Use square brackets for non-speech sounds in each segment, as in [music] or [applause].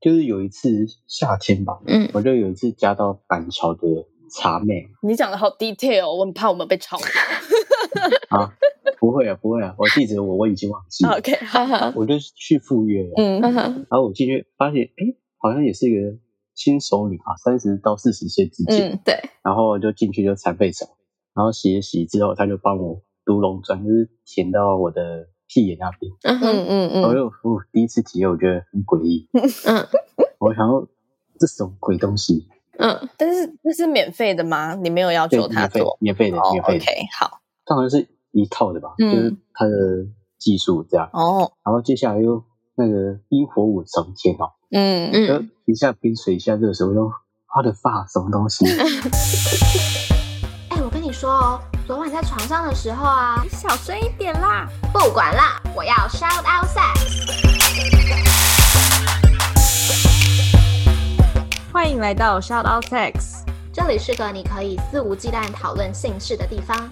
就是有一次夏天吧，嗯，我就有一次加到板桥的茶妹你讲的好 detail，哦我很怕我们被抄。啊，不会啊，不会啊，我记得我我已经忘记了， OK，哈哈，我就去赴约了，哦嗯哈哈，然后我进去发现，哎，好像也是一个新手女啊，三十到四十岁之间，嗯，对，然后就进去就残废手，然后洗一洗之后，她就帮我读龙转，就是填到我的屁眼那边，嗯哼嗯嗯我嗯，又我第一次体验，我觉得很诡异，嗯我想要这什么鬼东西，嗯但是这是免费的吗？你没有要对求他免费做？免费的哦免费的。 ，OK，好，当然是一套的吧，嗯就是他的技术这样。哦，然后接下来又那个冰火五重天哦，嗯嗯，就嗯，一下冰水一下热水，我就他的发什么东西？哎、我跟你说哦，昨晚在床上的时候啊，你小声一点啦。不管啦，我要 shout out sex。欢迎来到 Shout Out Sex，这里是个你可以肆无忌惮讨论性事的地方。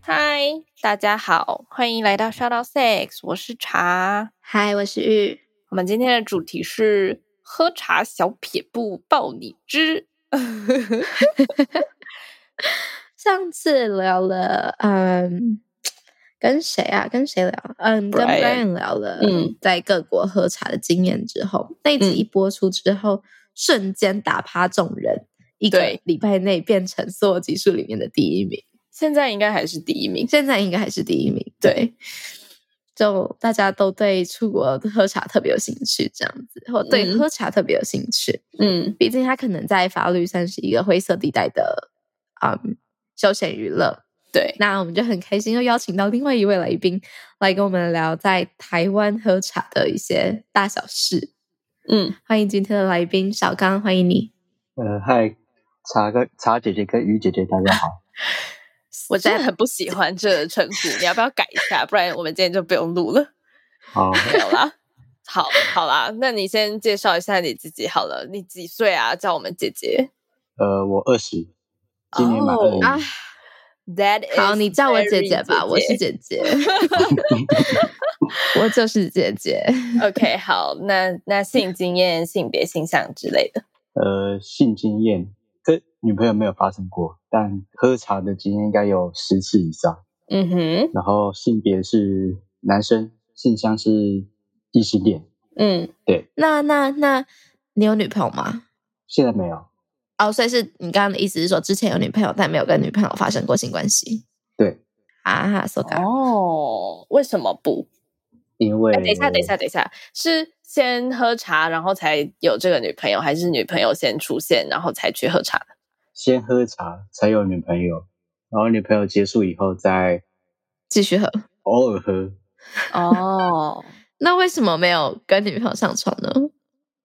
嗨，大家好，欢迎来到 Shout Out Sex，我是茶。嗨，我是玉，我们今天的主题是喝茶小撇步爆你知。上次聊了，嗯，跟谁啊？跟谁聊？嗯，跟 Brian Brian 聊了，嗯嗯，在各国喝茶的经验之后，那一集嗯一播出之后，瞬间打趴众人，一个对礼拜内变成所有集数里面的第一名，现在应该还是第一名，现在应该还是第一名，对。就大家都对出国喝茶特别有兴趣，这样子，或对嗯喝茶特别有兴趣，嗯毕竟他可能在法律算是一个灰色地带的，嗯，休闲娱乐。对，那我们就很开心，又邀请到另外一位来宾来跟我们聊在台湾喝茶的一些大小事。嗯，欢迎今天的来宾小刚，欢迎你。呃，嗨，茶哥、茶姐姐跟于姐姐，大家好。我真的很不喜欢这个称呼，你要不要改一下？不然我们今天就不用录了。好，没有啦， [laughs] 好，好啦，那你先介绍一下你自己好了，你几岁啊？叫我们姐姐。呃，我二十，今年满二哦十一。啊， That is 好，你叫我姐 very 姐姐吧，我是姐姐， [laughs] 我就是姐姐。 OK，好，那那性经验、性别、性向之类的，呃，性经验跟女朋友没有发生过，但喝茶的经验应该有十次以上。嗯哼，然后性别是男生，性向是异性恋。嗯，那那那你有女朋友吗？现在没有，哦，所以是你刚刚的意思是说，之前有女朋友，但没有跟女朋友发生过性关系对，啊？哈，so 嘎，哦，为什么不？因为、哎，等一下，等一下，，等一下，是先喝茶，然后才有这个女朋友，还是女朋友先出现，然后才去 [laughs] 喝茶的？先喝茶才有女朋友，然后女朋友结束以后再继续喝。偶尔喝，哦，那为什么没有跟女朋友上床呢？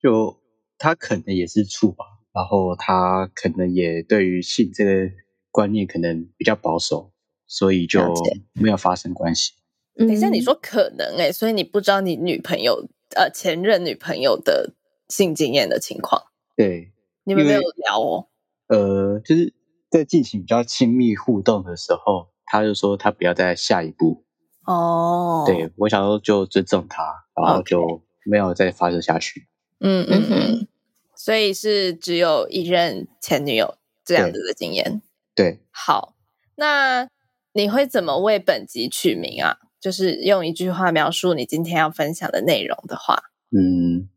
就他可能也是处吧，然后他可能也对于性这个观念可能比较保守，所以就了解没有发生关系。等等一下，你说可能哎、所以你不知道你女朋友呃前任女朋友的性经验的情况，对，你们因没为有聊哦。呃，就是在进行比较亲密互动的时候，他就说他不要在下一步。哦，对我想说就尊重他，然后 OK 就没有再发生下去。嗯嗯嗯，嗯所以是只有一任前女友这对样子的经验。对，好，那你会怎么为本集取名啊？就是用一句话描述你今天要分享的内容的话，嗯，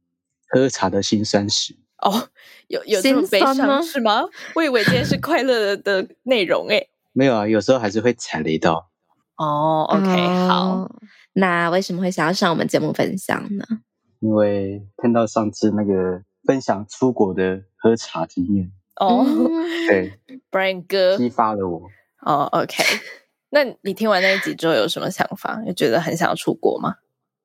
喝茶的辛酸史。哦，有有这么心悲酸伤吗是吗？我以为今天是快乐的的内容诶、没有啊，有时候还是会踩雷到。哦，OK，、好，。嗯那为什么会想要上我们节目分享呢？因为看到上次那个分享出国的喝茶经验，哦、嗯对， b r i a n 哥，激发了我。哦，OK，那你听完那一集之后有什么想法？有觉得很想要出国吗？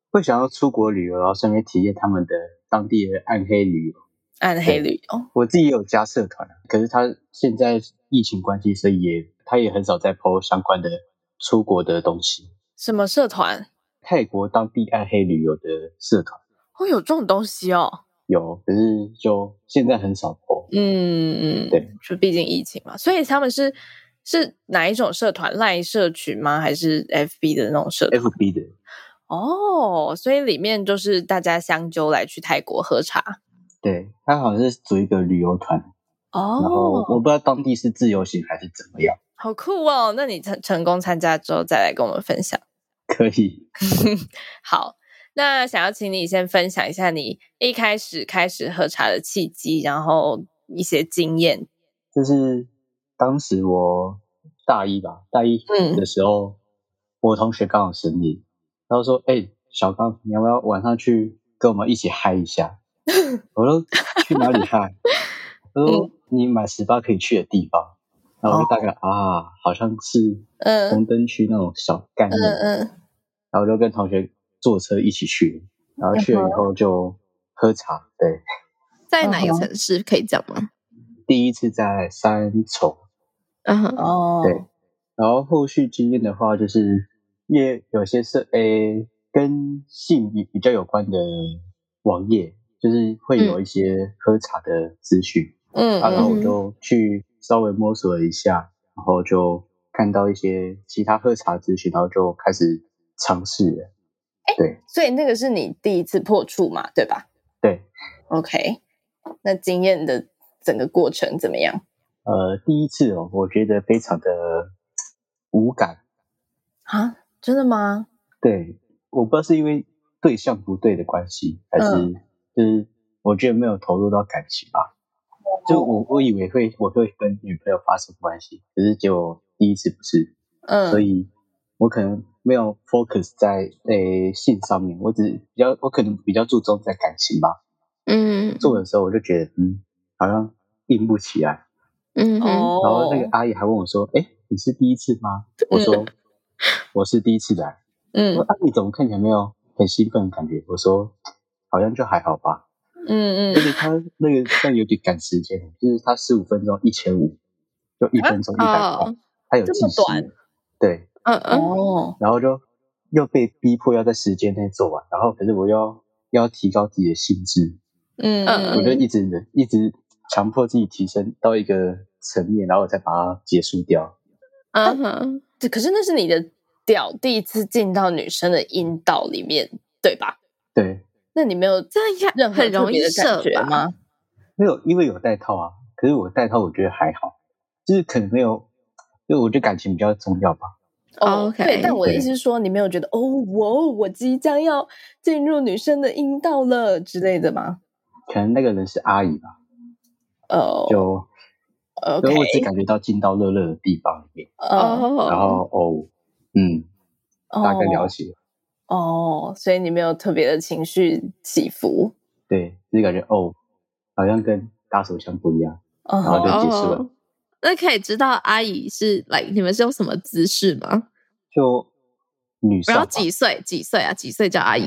会想要出国旅游，然后顺便体验他们的当地的暗黑旅游。暗黑旅游，我自己也有加社团，啊可是他现在疫情关系，所以也他也很少在 PO 相关的出国的东西。什么社团？泰国当地暗黑旅游的社团哦，有这种东西哦。有，可是就现在很少 PO。嗯嗯，对，就毕竟疫情嘛，所以他们是是哪一种社团？赖社群吗？还是 FB 的那种社团 FB 的哦，所以里面就是大家相揪来去泰国喝茶对，他好像是组一个旅游团，然后哦，我不知道当地是自由行还是怎么样，好酷哦！那你成成功参加之后再来跟我们分享。可以。好，那想要请你先分享一下你一开始开始喝茶的契机，然后一些经验。就是当时我大一吧，大一嗯的时候，我同学刚好生日，他就说：“哎、小刚，你要不要晚上去跟我们一起嗨一下？” [laughs] 我说：“去哪里嗨？”他说：“嗯你买十八可以去的地方。”然后我就大概、哦啊，好像是嗯红灯区那种小概念，嗯嗯，然后就跟同学坐车一起去，然后去了以后就喝茶。对， [laughs] 在哪一个嗯哼城市可以讲吗？第一次在三重，嗯哼，哦，对然后后续经验的话，就是也有些是诶跟性比较有关的网页，就是会有一些喝茶的资讯，嗯啊然后嗯我就去稍微摸索了一下，然后就看到一些其他喝茶资讯，然后就开始尝试了。所以那个是你第一次破处嘛，对吧对， ？OK，那经验的整个过程怎么样？呃，第一次哦，我觉得非常的无感，啊，真的吗？对，我不知道是因为对象不对的关系，还是、嗯就是我觉得没有投入到感情吧。哦就我我以为会我会跟女朋友发生关系，可是结果第一次不是，所嗯以我可能没有 focus 在诶、性上面，我只是比较我可能比较注重在感情吧。嗯做的时候我就觉得嗯，好像硬不起来。嗯哼，哦，然后那个阿姨还问我说：“哎、你是第一次吗？”我说：“我是第一次来。”嗯说啊，你怎么看起来没有很兴奋的感觉？我说好像就还好吧，嗯而嗯且他那个但有点赶时间，就是他十五分钟一千五，就一分钟一百块哦，他有计这么时短，对，嗯嗯哦，然后就又被逼迫要在时间内做完，然后可是我又要提高自己的心智，嗯我就嗯一直忍一直强迫自己提升到一个层面，然后我再把它结束掉。嗯哼，嗯，可是那是你的屌第一次进到女生的阴道里面，对吧？对，那你没有这样应该任何很特容易别的感射觉吧？吗？没有，因为有带套啊。可是我带套，我觉得还好，就是可能没有，因为我觉得感情比较重要吧。哦 OK 对，但我的对意思是说，你没有觉得哦，我我即将要进入女生的阴道了之类的吗？可能那个人是阿姨吧，哦就，OK，所以我只感觉到进到热热的地方里面，哦然后哦，哦，嗯，大概了解，哦，所以你没有特别的情绪起伏，对，就是感觉哦，好像跟打手枪不一样，然后就哦，结束了那可以知道阿姨是来你们是用什么姿势吗？就女生然吧后，几岁？几岁啊？几岁叫阿姨？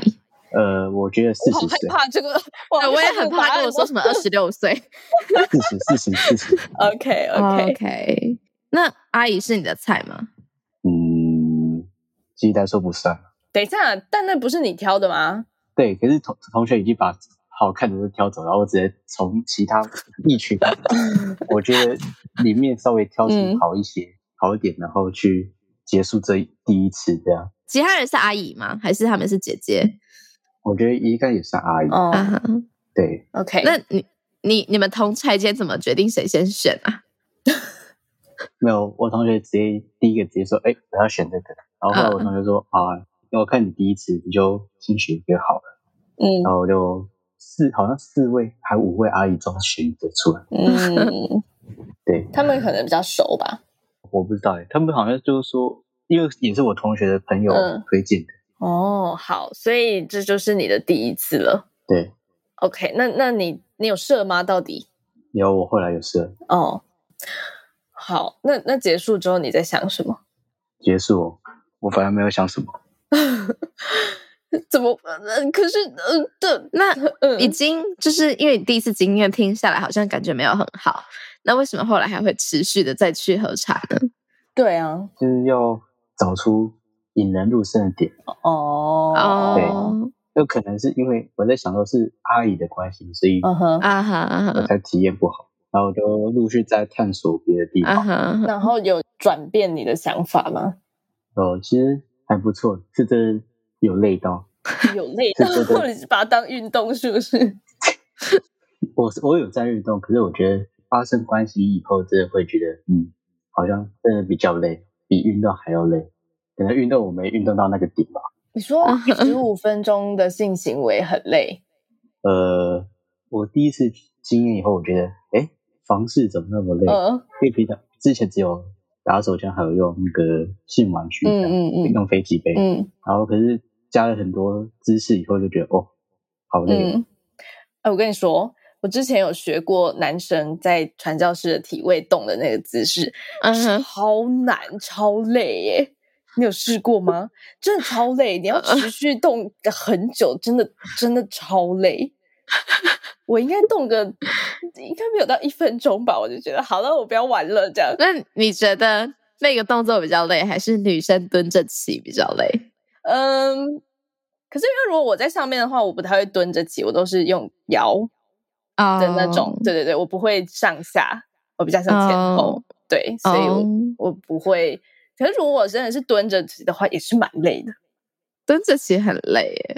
呃，我觉得四好十害岁，怕 [laughs] 这个，我哎我也很怕跟我说什么二十六岁。四十，四十，四十， OK [laughs] OK，OK，那阿姨是你的菜吗？嗯，鸡蛋说不算，等一下，但那不是你挑的吗？对，可是同同学已经把好看的都挑走，然后我直接从其他一群， [laughs] 我觉得里面稍微挑嗯出好一些、好一点，然后去结束这一第一次这样。其他人是阿姨吗？还是他们是姐姐？我觉得应该也算阿姨，哦啊哈，对， ，OK，那你你你们同菜间怎么决定谁先选啊？没有，我同学直接第一个直接说，哎、我要选这个，然后后来嗯我同学说，好啊，因为我看你第一次，你就先选一个好了，嗯然后我就四好像四位还五位阿姨中选一个出来，嗯，对，他们可能比较熟吧，我不知道哎、他们好像就是说，因为也是我同学的朋友嗯推荐的，哦，好，所以这就是你的第一次了对， ，OK，那那你你有射吗？到底？有我后来有事了哦，好，那那结束之后你在想什么？结束哦，我反正没有想什么，怎么？呃、可是，呃，这， [laughs] 那嗯，已经就是因为你第一次经验听下来，好像感觉没有很好。那为什么后来还会持续的再去喝茶呢？对啊，就是要找出引人入胜的点。哦，哦，有可能是因为我在想说是阿姨的关系，所以嗯哼，啊哈啊我哈才体验不好，然后我就陆续在探索别的地啊方。哈啊哈，[laughs] 然后有转变你的想法吗？哦，其实还不错，是这有累到，有累到，对对对或者是把它当运动，是不是？我是我有在运动，可是我觉得发生关系以后，真的会觉得，嗯，好像真的比较累，比运动还要累。可能运动我没运动到那个点吧。你说嗯十五分钟的性行为很累，呃，我第一次经验以后，我觉得，哎，房事怎么那么累？嗯因为平常之前只有打手枪，还有用那个性玩具，嗯嗯嗯用飞机杯，嗯然后可是加了很多姿势以后，就觉得哦，好累。嗯。哎，我跟你说，我之前有学过男生在传教士的体位动的那个姿势，嗯哼，超难，超累耶！你有试过吗？真的超累，你要呃持续动很久，真的真的超累。我应该动个，应该没有到一分钟吧，我就觉得好了，我不要玩了这样。那你觉得那个动作比较累，还是女生蹲着起比较累？嗯，可是因为如果我在上面的话，我不太会蹲着起，我都是用摇啊的那种。对对对，我不会上下，我比较像前后。哦对，所以我、哦我不会。可是如果我真的是蹲着起的话，也是蛮累的。蹲着起很累耶。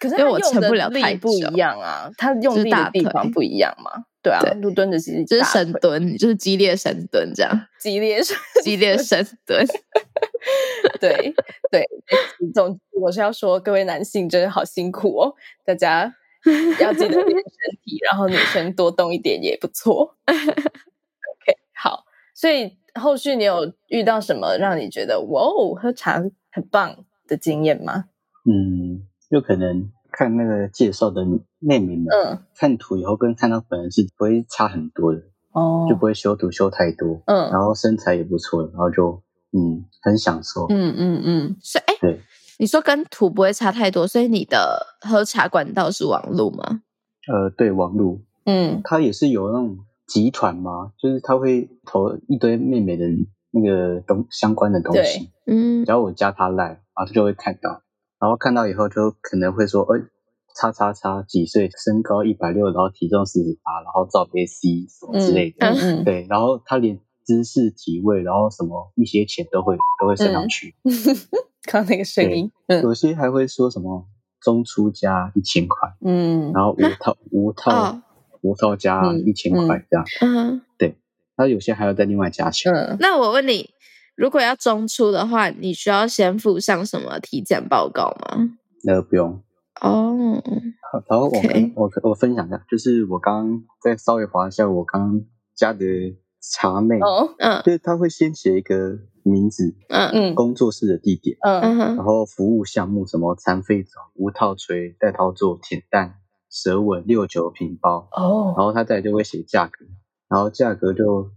可是因为它我用撑的不了力太不一久样啊，它用就是力大的地腿方不一样嘛。对啊对，路蹲的其实就是大深腿蹲，就是激烈深蹲这样，激烈是，激烈深蹲。对对。总之，我是要说，各位男性真的好辛苦哦，大家要记得练身体，然后女生多动一点也不错。OK，好，所以后续你有遇到什么让你觉得哇哦，喝茶很棒的经验吗？嗯，就可能看那个介绍的内名们，嗯，看图以后跟看到本人是不会差很多的，哦就不会修图修太多，嗯然后身材也不错，然后就嗯很享受。嗯嗯嗯，是哎，对，你说跟图不会差太多，所以你的喝茶管道是网路吗？呃，对，网路嗯它也是有那种集团嘛，就是他会投一堆妹妹的那个东相关的东西，嗯只要我加他 line，然后他就会看到，然后看到以后就可能会说，哎，叉叉叉几岁，身高一百六，然后体重四十八，然后罩杯 C 什么之类的，嗯嗯对，然后他连姿势、体位，然后什么一些钱都会都会升上去，刚刚那个声对音，嗯有些还会说什么中出加一千块，嗯然后无套无套哦无套加嗯一千块这样，嗯，他有些还要再另外加钱，嗯，那我问你，如果要中出的话，你需要先附上什么体检报告吗？那个不用。哦，然后我 OK 跟我我分享一下，就是我刚刚再稍微划一下我刚刚加的茶妹，哦，嗯就是他会先写一个名字、嗯嗯工作室的地点，嗯嗯然哼，后服务项目什么残废澡、无套锤、带套座、铁蛋、舌吻、六九平包，然哦，后他再来就会写价格，然后价格就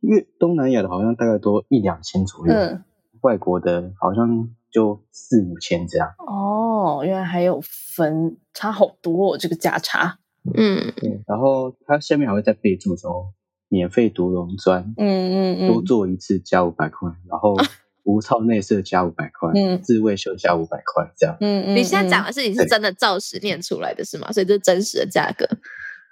因为东南亚的好像大概都一两千左右，嗯，外国的好像就四五千这样。哦，原来还有分，差好多哦，这个价差，嗯对，然后它下面还会再备注说免费独溶砖，嗯多做一次加五百块，然 [laughs] 后无套内射加五百块，嗯自慰修加五百块，这样。嗯嗯你现在讲，的是你是真的照实念出来的是吗？所以这是真实的价格。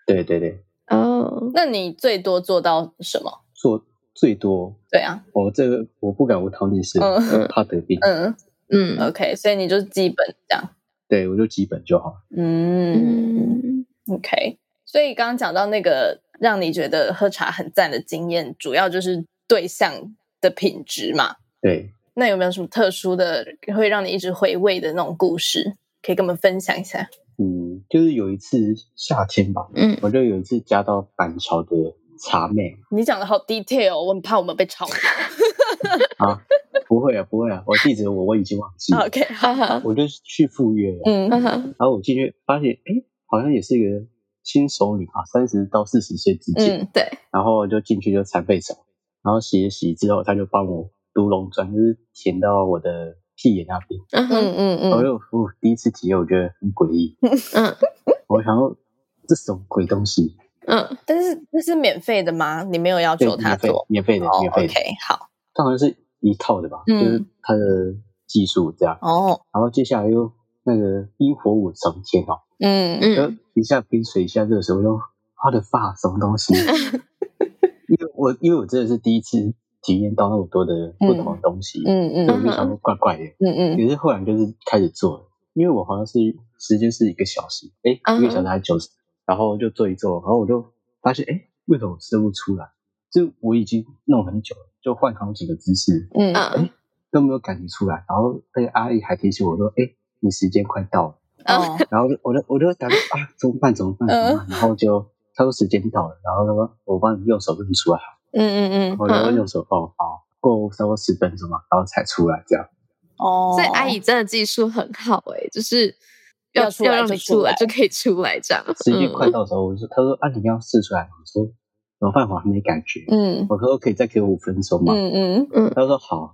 对对对，哦，那你最多做到什么？做最多，对啊，我、哦这个我不敢无套内射，嗯怕得病。嗯嗯，OK，所以你就基本这样，对我就基本就好。嗯嗯， ，OK，所以刚刚讲到那个让你觉得喝茶很赞的经验，主要就是对象的品质嘛。对，那有没有什么特殊的会让你一直回味的那种故事，可以跟我们分享一下？嗯，就是有一次夏天吧，嗯我就有一次加到板桥的茶妹你讲的好 detail，我很怕我们被抄。啊，不会啊，不会啊，我地址我我已经忘记了，哦 OK，好哈哈，我就去赴约了。嗯哈哈，然后我进去发现，哎，好像也是一个新手女啊，三十到四十岁之间。嗯对，然后就进去就残废手，然后洗一洗之后，她就帮我读龙砖，就是填到我的屁眼那边。嗯哼嗯嗯哎嗯，呦，我第一次体验，我觉得很诡异。嗯我想说，这什么鬼东西？嗯但是那是免费的吗？你没有要对求，他免费做，？免费的，哦免费的。 ，OK，好，它好像是一套的吧，就嗯是它的技术这样。哦，然后接下来又那个冰火五重天哦，嗯嗯就嗯一下冰水，一下热 [laughs] 水，我就我的发什么东西？因为我因为我真的是第一次体验到那么多的不同的东西，嗯嗯我就想说怪怪的。嗯嗯，可是后来就是开始做了，因为我好像是时间是一个小时，哎、嗯哼一个小时还是九十，然后就做一做，然后我就发现，哎、为什么我射不出来？就我已经弄很久了，就换好几个姿势嗯嗯都没有感觉出来。然后那个阿姨还提醒我说，哎、你时间快到了。哦，然后我就我就我就打算啊，怎么办？怎么办？怎嗯么办？然后就他说时间到了，然后他说我帮你用手弄出来，嗯嗯嗯，我就用手帮我包，过差不多十分钟嘛，然后才出来这样。哦，所以阿姨真的技术很好哎、就是要要出来让就你出出来来就可以出来这样。时间快嗯到的时候，我就说，他说啊，你要试出来吗，我说怎么办？我还没感觉。嗯我说可以再给我五分钟嘛。嗯嗯，他说好，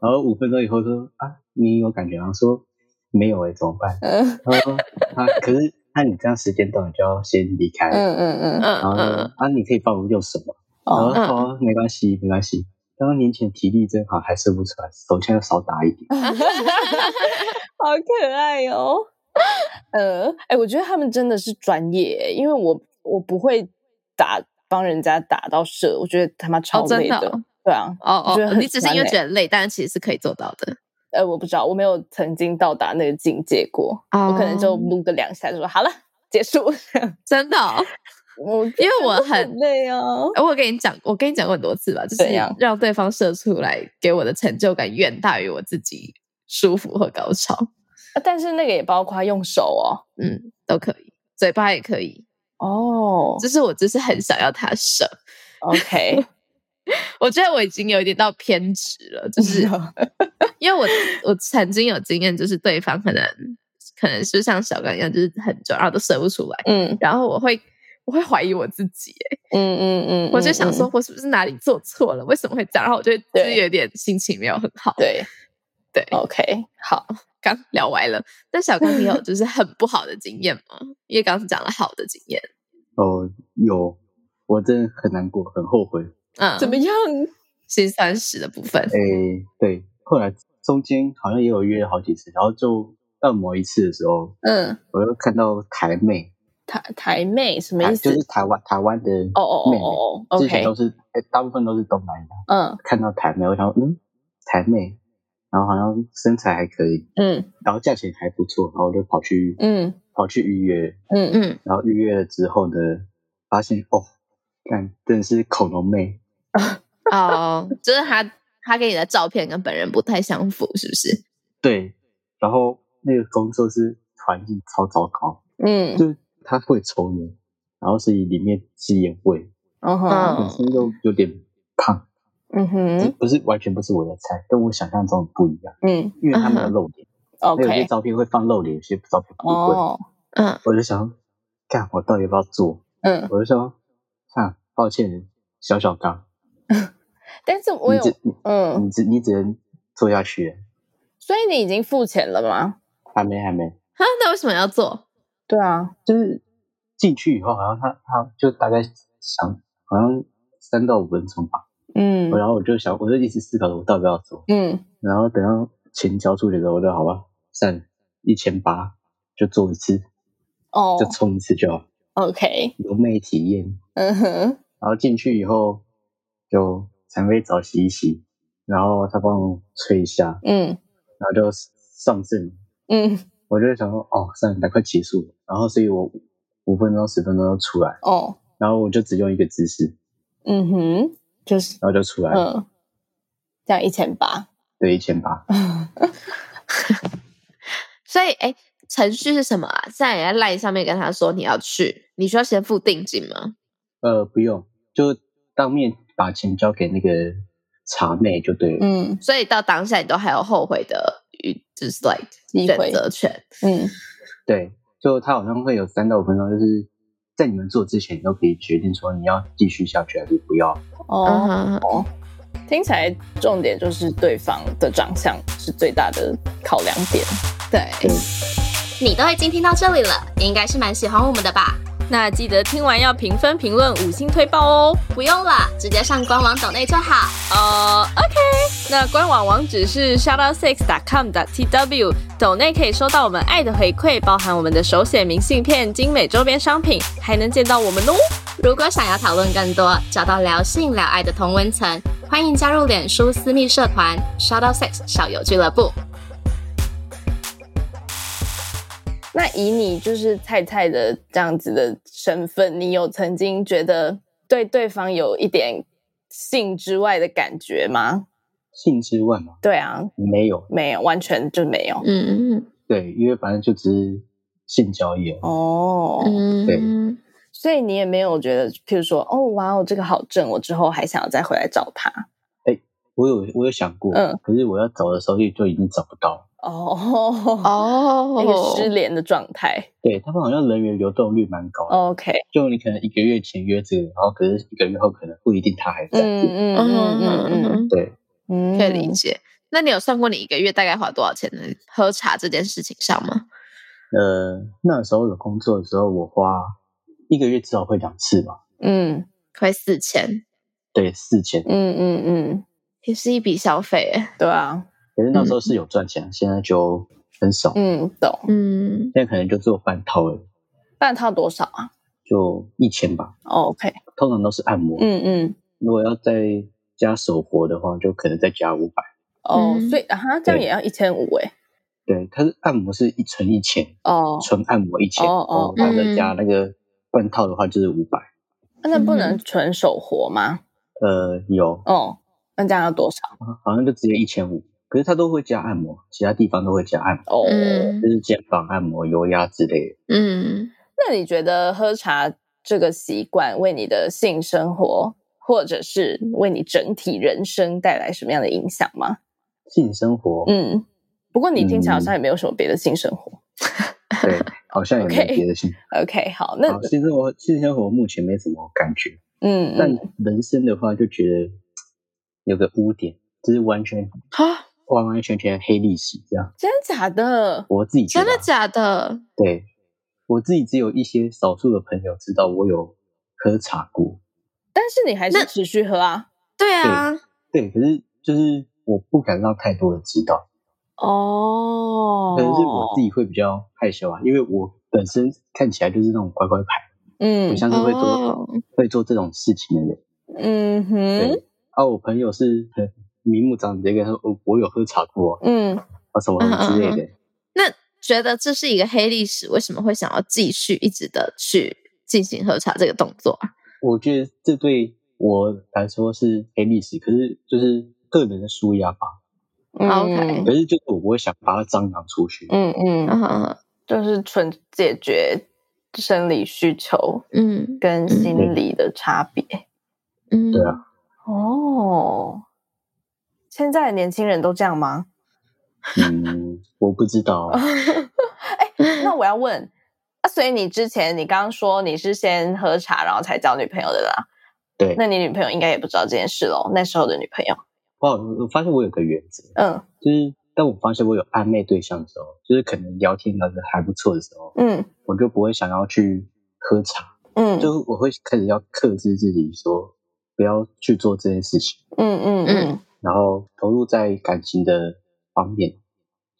然后五分钟以后说啊，你有感觉吗？我说没有欸诶，怎么办？嗯他说啊，可是那你这样时间到，你就要先离开。嗯嗯嗯，嗯然后嗯说啊，你可以帮我用什么？然后哦，说哦，没关系，没关系。当年前体力真好，还射不出来，手枪要少打一点。嗯好可爱哦。呃，哎、我觉得他们真的是专业，因为我我不会打帮人家打到射，我觉得他妈超哦真累的的。哦对啊，哦我觉得哦，很你只是因为难欸觉得累，但是其实是可以做到的。呃，我不知道，我没有曾经到达那个境界过，我可能就哦撸个两下就说好了，结束。 [laughs] 真的哦、我因为 [laughs] 我很很累啊。哎我跟你讲，我跟你讲过很多次吧，就是怎样让对方射出来给我的成就感远大于我自己舒服和高潮，但是那个也包括用手哦。嗯，都可以，嘴巴也可以，哦就是我只是很想要他射， [laughs] ，OK，我觉得我已经有一点到偏执了，就是因为我我曾经有经验，就是对方可能可能就像小刚一样，就是很久，然后都射不出来，嗯然后我会我会怀疑我自己，欸嗯嗯嗯， [laughs] 我就嗯想，说嗯我是不是哪里做错了，为什么会这样？然后我就就对是有点心情没有很好。对对， ，OK，好，刚聊歪了。那小刚，你 [laughs] 有就是很不好的经验吗？因为刚刚是讲了好的经验，哦，有，我真的很难过，很后悔。嗯，怎么样？心酸史的部分？诶，哎对，后来中间好像也有约了好几次，然后就到某一次的时候，嗯，我又看到台妹，台台妹什么台意思就？是台湾台湾的哦哦妹妹，哦哦之前，OK，都是诶大部分都是东南亚，嗯看到台妹，我想说嗯，台妹，然后好像身材还可以，嗯然后价钱还不错，然后我就跑去嗯跑去预约，嗯嗯，嗯，然后预约了之后呢，发现哦，看真的是恐龙妹，哦，就是他他给你的照片跟本人不太相符，是不是？对，然后那个工作室环境超糟糕。嗯就是他会抽烟，然后所以里面是烟味，嗯嗯哼本身又有点胖，嗯哼不是完全不是我的菜，跟我想象中不一样，嗯因为他们有露脸，还有些，OK，照片会放露脸，有些照片不会。哦，嗯我就想，干我到底要不要做？嗯，我就说，啊，抱歉，小小刚，但是我你有只你嗯，你只你只能做下去了，所以你已经付钱了吗？还没还没，哈，那为什么要做？对啊，就是进去以后，好像他他就大概想，好像三到五分钟吧，嗯然后我就想，我就一直思考着我到底要不要做。嗯然后等到钱交出去的时候，我就好吧，算一千八就做一次，哦就冲一次就好， ，OK，留妹体验。嗯哼，然后进去以后，就残废澡洗一洗，然后他帮我吹一下，嗯然后就上阵。嗯，我就想说，哦，算了，赶快结束。然后所以我五分钟、十分钟就出来，哦，然后我就只用一个姿势，嗯哼，就是然后就出来了，嗯，这样一千八，嗯对，一千八。所以，哎，程序是什么啊？现在你在 LINE 上面跟他说你要去，你需要先付定金吗？呃，不用，就当面把钱交给那个茶妹就对了。嗯所以到当下你都还有后悔的余，就是 like 机选会择权。嗯对，就他好像会有三到五分钟，就是在你们做之前，你都可以决定说你要继续下去还是不要。嗯哼，哦，听起来重点就是对方的长相是最大的考量点。对，你都已经听到这里了，你应该是蛮喜欢我们的吧？那记得听完要评分、评论、五星推爆哦。不用了，直接上官网抖内就好。呃，OK，那官网网址是 shoutoutsix.com.tw，抖内可以收到我们爱的回馈，包含我们的手写明信片、精美周边商品，还能见到我们哦。如果想要讨论更多，找到聊性聊爱的同温层，欢迎加入脸书私密社团 Shout Out Sex 校友俱乐部。那以你就是菜菜的这样子的身份，你有曾经觉得对对方有一点性之外的感觉吗？性之外嘛，对啊，没有，没有，完全就没有。嗯对，因为反正就只是性交易而已。哦，嗯对嗯，所以你也没有觉得，譬如说，哦，哇哦，这个好正，我之后还想要再回来找他。我有我有想过，嗯可是我要走的时候就就已经找不到。哦，哦，那个失联的状态。对他们好像人员流动率蛮高的， OK，就你可能一个月前约这个，然后可是一个月后可能不一定他还在。嗯嗯嗯嗯嗯嗯，对，嗯，可以理解。那你有算过你一个月大概花多少钱在喝茶这件事情上吗？呃，那时候有工作的时候，我花一个月至少会两次吧，嗯快四千，对，四千。嗯嗯嗯，也是一笔消费耶。对啊，可是那时候是有赚钱，现在就很少，嗯，懂。嗯，现在可能就做半套了，半套多少啊哦就一千吧。 ？OK，通常都是按摩，嗯嗯，如果要再加手活的话，就可能再加五百。哦，嗯所以啊哈，这对样也要一千五哎。对，它是按摩是一乘一千，哦，纯按摩一千，哦哦然后再加那个半套的话就是五百。那不嗯能纯手活吗？呃，有，哦，那这样要多少？好像就直接一千五，可是它都会加按摩，其他地方都会加按摩，哦，嗯就是肩膀按摩、油压之类的。嗯，那你觉得喝茶这个习惯为你的性生活，或者是为你整体人生带来什么样的影响吗？性生活，嗯，不过你听起来好像也没有什么别的性生活。对， [laughs] 好像也没有 OK 别的性。 OK，好，那好，性生活，性生活目前没什么感觉，嗯但嗯人生的话就觉得有个污点，就是完全好，完完全全黑历史这样。真的假的？我自己觉真得啊的假的？对，我自己只有一些少数的朋友知道我有喝茶过，但是你还是那持续喝啊？对啊，对，可是就是我不敢让太多人知道，哦可能是我自己会比较害羞啊，因为我本身看起来就是那种乖乖牌，嗯我像是会做、哦会做这种事情的人，嗯哼对，啊，我朋友是很明目张胆地跟他说，哦我有喝茶过哦嗯，啊什么什么之类的，那觉得这是一个黑历史，为什么会想要继续一直的去进行喝茶这个动作啊？我觉得这对我来说是黑历史，可是就是个人的舒压吧，嗯 OK 可是就是我不会想把它张扬出去，嗯嗯，嗯就是纯解决生理需求 [laughs] 嗯跟心嗯理的差别。嗯，对啊。哦，现在的年轻人都这样吗？ [laughs] 嗯，我不知道，哦哎，那我要问，啊，所以你之前你刚刚说你是先喝茶，然后才交女朋友的啦？对，那你女朋友应该也不知道这件事喽？那时候的女朋友，哇，我发现我有个原则，嗯就是当我发现我有暧昧对象的时候，就是可能聊天聊得还不错的时候，嗯我就不会想要去喝茶，嗯就我会开始要克制自己说不要去做这件事情，嗯嗯嗯然后投入在感情的方面，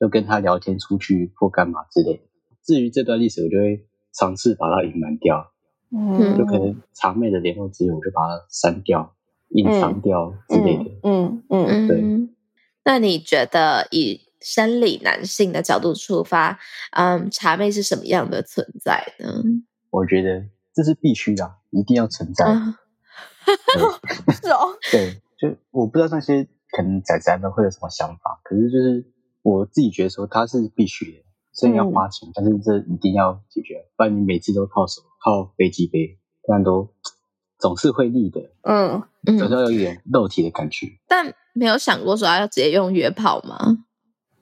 就跟他聊天、出去或干嘛之类的。至于这段历史，我就会尝试把它隐瞒掉，嗯，就可能茶妹的联络资源，我就把它删掉、隐藏掉之类的。嗯嗯嗯，嗯，那你觉得以生理男性的角度出发，嗯，茶妹是什么样的存在呢？我觉得这是必须的啊，一定要存在。嗯是哦，对，就我不知道那些可能仔仔们会有什么想法，可是就是我自己觉得说它是必须的，虽然要花钱，但是这一定要解决，不然你每次都靠什么靠飞机杯，不然都总是会腻的，嗯，总是嗯，要有一点肉体的感觉。但没有想过说要直接用约炮吗？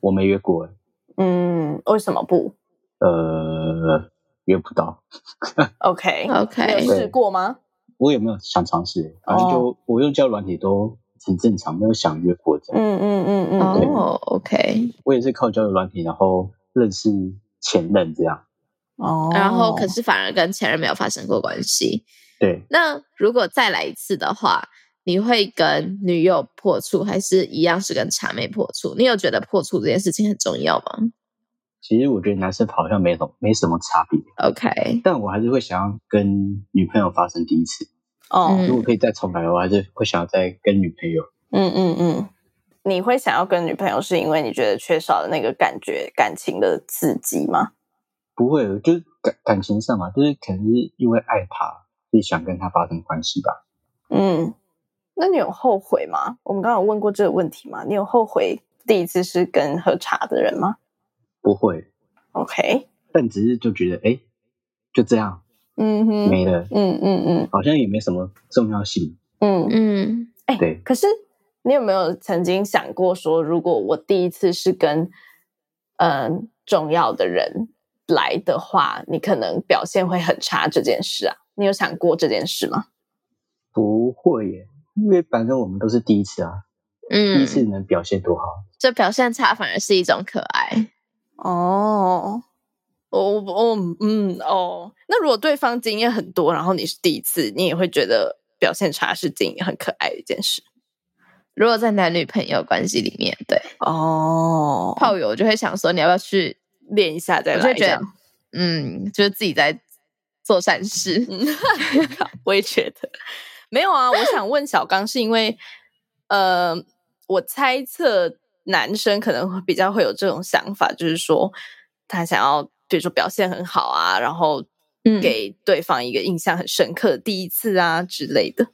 我没约过，嗯，为什么不呃，约不到， ？OK OK 你有试过吗？我也没有想尝试，反正就、我用交友软体都很正常，没有想约过这样。嗯嗯嗯嗯，嗯哦，OK，我也是靠交友软体，然后认识前任这样。哦，然后可是反而跟前任没有发生过关系。对，那如果再来一次的话，你会跟女友破处，还是一样是跟茶妹破处？你有觉得破处这件事情很重要吗其实我觉得男生好像没什么没什么差别， ？OK，但我还是会想要跟女朋友发生第一次。哦嗯如果可以再重来，我还是会想要再跟女朋友。嗯嗯嗯，你会想要跟女朋友，是因为你觉得缺少了那个感觉、感情的刺激吗？不会，就是感感情上嘛，就是可能是因为爱他，所以想跟他发生关系吧。嗯，那你有后悔吗？我们刚刚有问过这个问题吗？你有后悔第一次是跟喝茶的人吗不会， ？OK，但只是就觉得，哎，就这样嗯哼，没了，嗯嗯嗯好像也没什么重要性。嗯，嗯，哎、对可是你有没有曾经想过说，如果我第一次是跟嗯、呃重要的人来的话，你可能表现会很差这件事啊？你有想过这件事吗？不会耶，因为反正我们都是第一次啊，第一嗯，次能表现多好，这表现差反而是一种可爱。哦，哦哦，嗯哦，那如果对方经验很多，然后你是第一次，你也会觉得表现差是经验很可爱的一件事。如果在男女朋友关系里面，对哦炮友，我就会想说你要不要去，练一下再我就来会这觉样得，，嗯，就是自己在做善事。嗯我也觉得没有啊。我想问小刚，是因为呃，我猜测男生可能会比较会有这种想法，就是说他想要，比如说表现很好啊，然后嗯给对方一个印象很深刻的第一次啊之类的。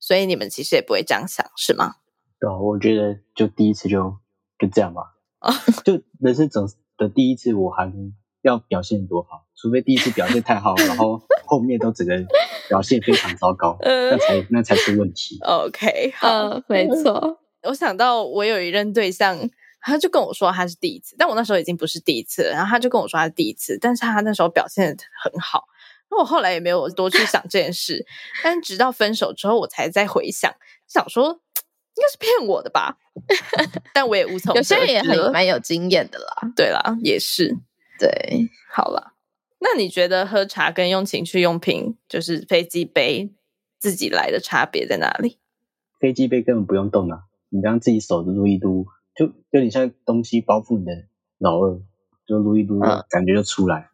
所以你们其实也不会这样想，是吗？对吧、我觉得就第一次就就这样吧哦， [laughs] 就人生总的第一次，我还要表现多好，除非第一次表现太好，然后后面都整个表现非常糟糕， [laughs] 嗯那才那才是问题。 OK，好， [laughs] 嗯，没错，我想到我有一任对象，他就跟我说他是第一次，但我那时候已经不是第一次了，然后他就跟我说他是第一次，但是他那时候表现的很好，那我后来也没有多去想这件 [laughs] 事，但是直到分手之后，我才在回想，想说应该是骗我 [laughs] 的吧，但我也无从有些得人也知很了蛮有经验的啦。对啦，也是对，好啦。那你觉得喝茶跟用情趣用品，就是飞机杯自己来的差别在哪里？飞机杯根本不用动啊，你让自己手撸一撸，就有点像东西包覆你的老二，就撸一撸，嗯感觉就出来。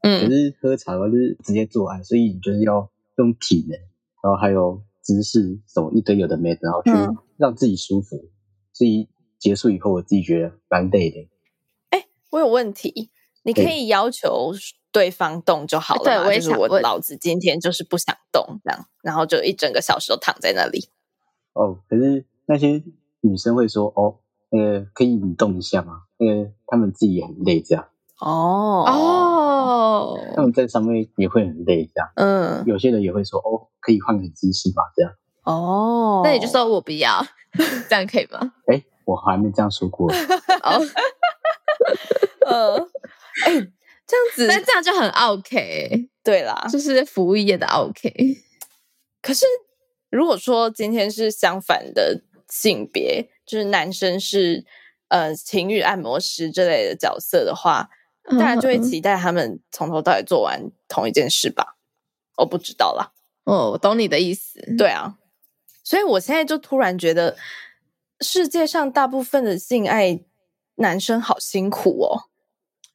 可啊嗯是喝茶的话就是直接做爱，所以你就是要用体能，然后还有姿势什么一堆有的没的，然后去嗯让自己舒服。所以结束以后，我自己觉得蛮累的。我有问题，你可嗯以要求对方动就好了哎对嘛。我也就是想我问老子今天就是不想动，这样，然后就一整个小时都躺在那里。哦，可是那些女生会说哦，呃，可以你动一下吗？呃，她们自己也很累，这样，哦哦，她们在上面也会很累，这样。嗯，有些人也会说哦，可以换个姿势吧，这样。哦那你就说我不要， [laughs] 这样可以 [laughs] 吗？哎，我还没这样说过，哦，呃，哎、这样子，但这样就很 OK，对啦。就是服务业的 OK。可是如果说今天是相反的性别，就是男生是呃情欲按摩师这类的角色的话，大家就嗯会期待他们从头到尾做完同一件事吧？我不知道啦。哦，我懂你的意思。对啊，所以我现在就突然觉得，世界上大部分的性爱男生好辛苦哦。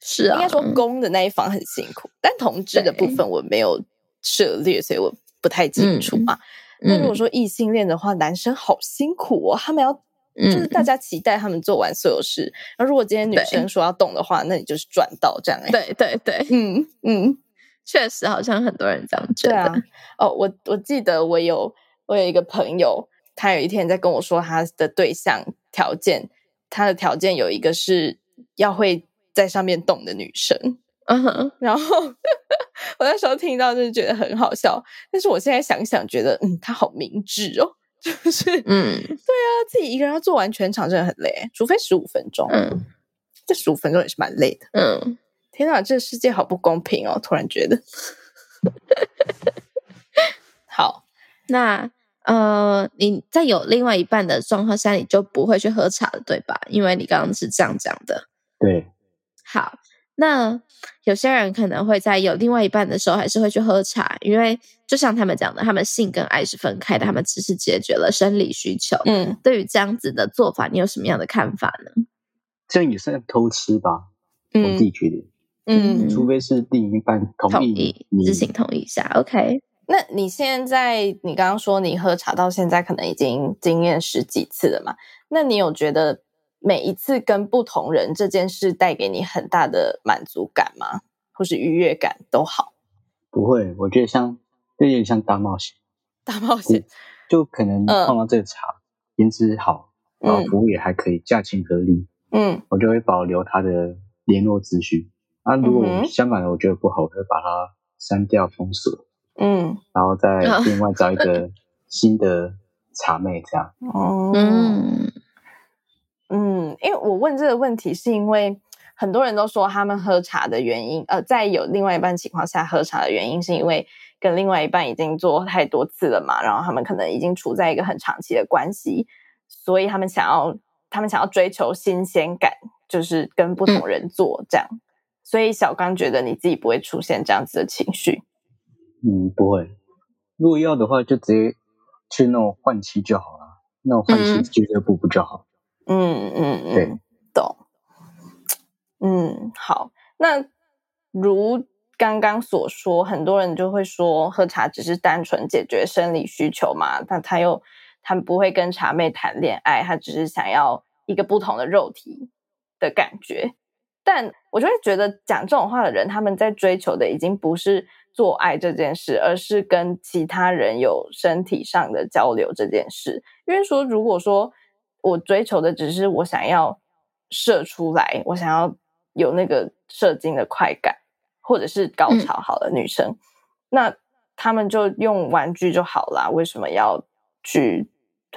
是啊，应该说攻的那一方很辛苦，但同志的部对分我没有涉猎，所以我不太清楚嘛。那、如果嗯说异性恋的话，男生好辛苦哦，他们要。就是嗯大家期待他们做完所有事，那、如果今天女对生说要动的话，那你就是赚到这样哎、对对对，嗯嗯，确实好像很多人这样觉对啊得。，哦，我我记得我有我有一个朋友，他有一天在跟我说他的对象条件，他的条件有一个是要会在上面动的女生，嗯哼，然后 [laughs] 我那时候听到就是觉得很好笑，但是我现在想想觉得，嗯，他好明智哦， [laughs] 就是嗯他自己一个人要做完全场真的很累，欸除非十五分钟，嗯这十五分钟也是蛮累的。嗯，天哪，这世界好不公平哦！突然觉得，好，那。呃，你在有另外一半的状况下，你就不会去喝茶了，对吧？因为你刚刚是这样讲的。对，好，那有些人可能会在有另外一半的时候，还是会去喝茶，因为就像他们讲的，他们性跟爱是分开的，他们只是解决了生理需求。嗯。对于这样子的做法，你有什么样的看法呢？这样也算偷吃吧，我自嗯己觉得，嗯除非是另一半同同意嗯意，你知情同意一下，OK？那你现在，你刚刚说你喝茶到现在可能已经经验十几次了嘛？那你有觉得每一次跟不同人这件事带给你很大的满足感吗？或是愉悦感都好？不会，我觉得像这有点像大冒险，大冒险，就可能嗯碰到这个茶，颜值好，然后嗯服务也还可以，价钱合理，嗯我就会保留他的联络资讯。啊，如嗯果哼相反的我觉得不好，我会把它删掉封锁，嗯然后再啊另外找一 [laughs] 个新的茶妹这样。哦嗯嗯，因为我问这个问题是因为很多人都说他们喝茶的原因，呃，在有另外一半情况下喝茶的原因是因为跟另外一半已经做太多次了嘛，然后他们可能已经处在一个很长期的关系，所以他们想要他们想要追求新鲜感，就是跟不同人做这样。所以小刚觉得你自己不会出现这样子的情绪，嗯，不会。如果要的话，就直接去那种换妻就好了，那种换妻嗯俱乐部不就好？嗯嗯嗯对，懂。嗯，好。那如刚刚所说，很多人就会说喝茶只是单纯解决生理需求嘛，但他又他不会跟茶妹谈恋爱，他只是想要一个不同的肉体的感觉。但我就会觉得讲这种话的人，他们在追求的已经不是做爱这件事，而是跟其他人有身体上的交流这件事。因为说，如果说我追求的只是我想要射出来，我想要有那个射精的快感，或者是高潮好了，女生，那他们就用玩具就好啦，为什么要去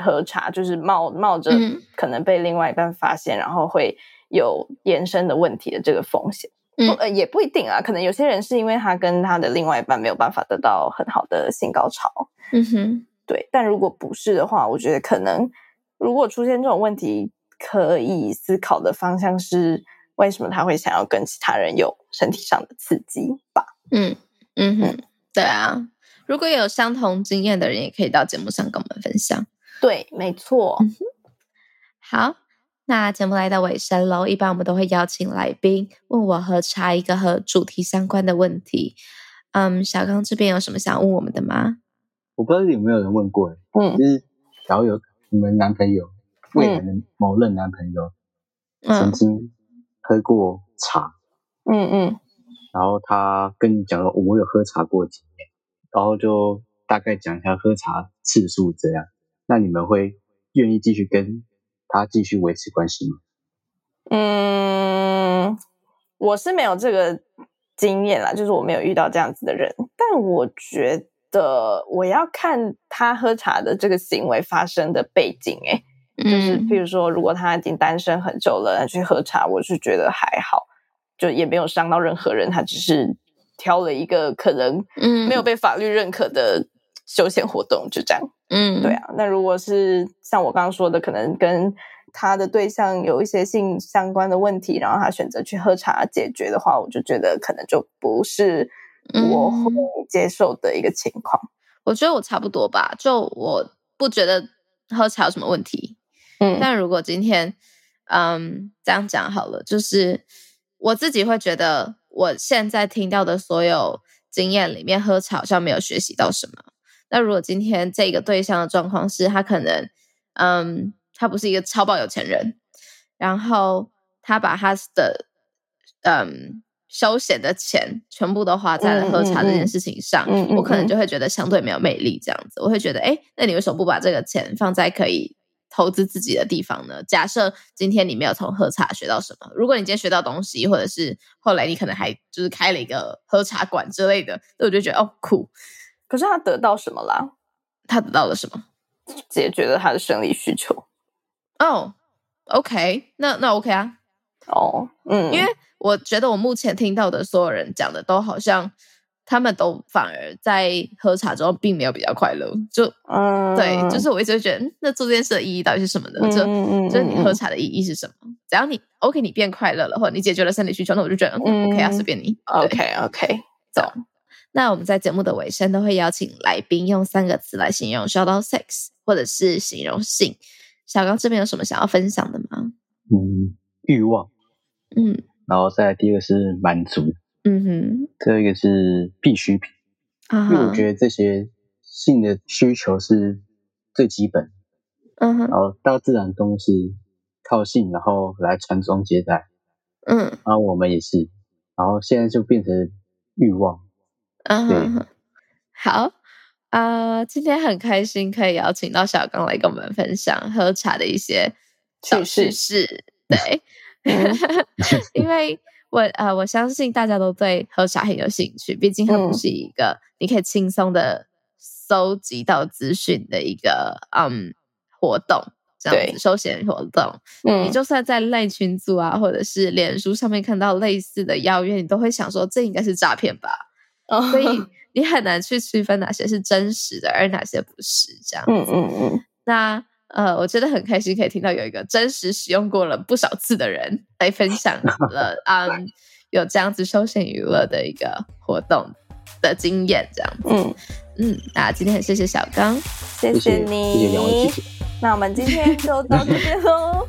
喝茶？就是冒冒着嗯可能被另外一半发现，然后会有延伸的问题的这个风险。嗯不呃，也不一定啊，可能有些人是因为他跟他的另外一半没有办法得到很好的性高潮，嗯哼，对，但如果不是的话，我觉得可能如果出现这种问题，可以思考的方向是为什么他会想要跟其他人有身体上的刺激吧？嗯嗯哼，对啊。如果有相同经验的人，也可以到节目上跟我们分享。对，没错。好，那节目来到尾声喽。一般我们都会邀请来宾问我和茶一个和主题相关的问题。嗯，小刚这边有什么想问我们的吗？我不知道有没有人问过、欸，嗯就是假如有你们男朋友未来的某任男朋友曾嗯经喝过茶，嗯嗯然后他跟你讲说、哦我有喝茶过经验，然后就大概讲一下喝茶次数这样，那你们会愿意继续跟他继续维持关系吗？嗯，我是没有这个经验啦，就是我没有遇到这样子的人，但我觉得我要看他喝茶的这个行为发生的背景、欸，就是嗯比如说，如果他已经单身很久了，去喝茶，我是觉得还好，就也没有伤到任何人，他只是挑了一个可能嗯没有被法律认可的休闲活动，就这样。嗯，对啊，那如果是像我刚刚说的，可能跟他的对象有一些性相关的问题，然后他选择去喝茶解决的话，我就觉得可能就不是我会嗯接受的一个情况。我觉得我差不多吧，就我不觉得喝茶有什么问题。嗯但如果今天，嗯，这样讲好了，就是我自己会觉得，我现在听到的所有经验里面，喝茶好像没有学习到什么。那如果今天这个对象的状况是他可能，嗯，他不是一个超爆有钱人，然后他把他的，嗯。休闲的钱全部都花在了喝茶这嗯嗯嗯件事情上，嗯嗯我可能嗯就会觉得相对没有魅力，这样子，我会觉得，哎，那你为什么不把这个钱放在可以投资自己的地方呢？假设今天你没有从喝茶学到什么，如果你今天学到东西，或者是后来你可能还就是开了一个喝茶馆之类的，那我就觉得哦酷，可是他得到什么啦？他得到了什么？解决了他的生理需求。哦，OK，那那 OK 啊，哦，嗯，因为我觉得我目前听到的所有人讲的都好像。他们都反而在喝茶之后并没有比较快乐，就嗯，对，就是我一直会觉得，嗯那做这件事的意义到底是什么呢？就嗯就是你喝嗯茶的意义是什么？只要你 OK，你变快乐了，或者你解决了生理需求，那我就觉得、嗯、OK 啊，嗯随便你。对 OK [laughs] OK，那我们在节目的尾声都会邀请来宾用三个词来形容 shout out sex，或者是形容性。小刚这边有什么想要分享的吗？嗯，欲望，嗯然后再来第二个是满足，嗯哼，这一个是必需品，嗯因为我哼，觉得这些性的需求是最基本，嗯哼然，后大自然动物是靠性然后来传宗接代，嗯然后我们也是，然后现在就变成欲望，嗯对哼哼，好。啊、今天很开心可以邀请到小刚来跟我们分享喝茶的一些小趣趣事。对，因为我呃，我相信大家都对喝茶很有兴趣，毕竟它嗯不是一个你可以轻松的搜集到资讯的一个嗯活动，这样对子休闲活动。你嗯，就算在赖群组啊，或者是脸书上面看到类似的邀约，你都会想说这应该是诈骗吧？嗯所以你很难去区分哪些是真实的，而哪些不是这样。嗯嗯嗯，那呃，我真的很开心可以听到有一个真实使用过了不少次的人来分享了，嗯，有这样子休闲娱乐的一个活动的经验，这样。嗯，嗯，那今天很谢谢小刚，谢谢谢你，谢谢两位，谢谢。那我们今天就到这边喽，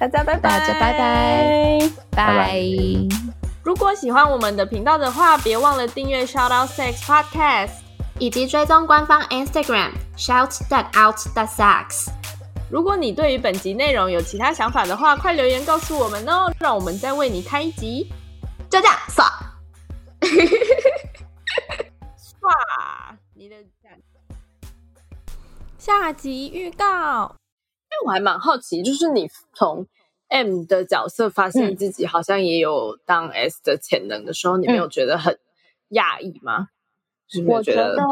大家拜拜，大家拜拜。拜拜如果喜欢我们的频道的话，别忘了订阅 Shout Out Sex Podcast。以及追踪官方 Instagram shout that out that sucks。如果你对于本集内容有其他想法的话，快留言告诉我们哦，让我们再为你开一集。就这样，爽。 [laughs] 哇，你的下集预告。因为我还蛮好奇，就是你从 M 的角色发现自己好像也有当 S 的潜能的时候，你没有觉得很讶异吗？就是没有我觉觉得得，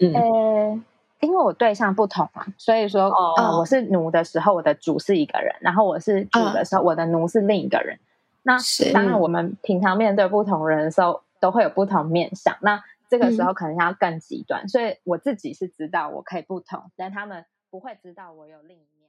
嗯呃，因为我对象不同嘛，所以说，哦呃，我是奴的时候，我的主是一个人；然后我是主的时候，我的奴是另一个人。那是当然，我们平常面对不同人的时候，都会有不同面相。那这个时候可能要更极端，所以我自己是知道我可以不同，但他们不会知道我有另一面。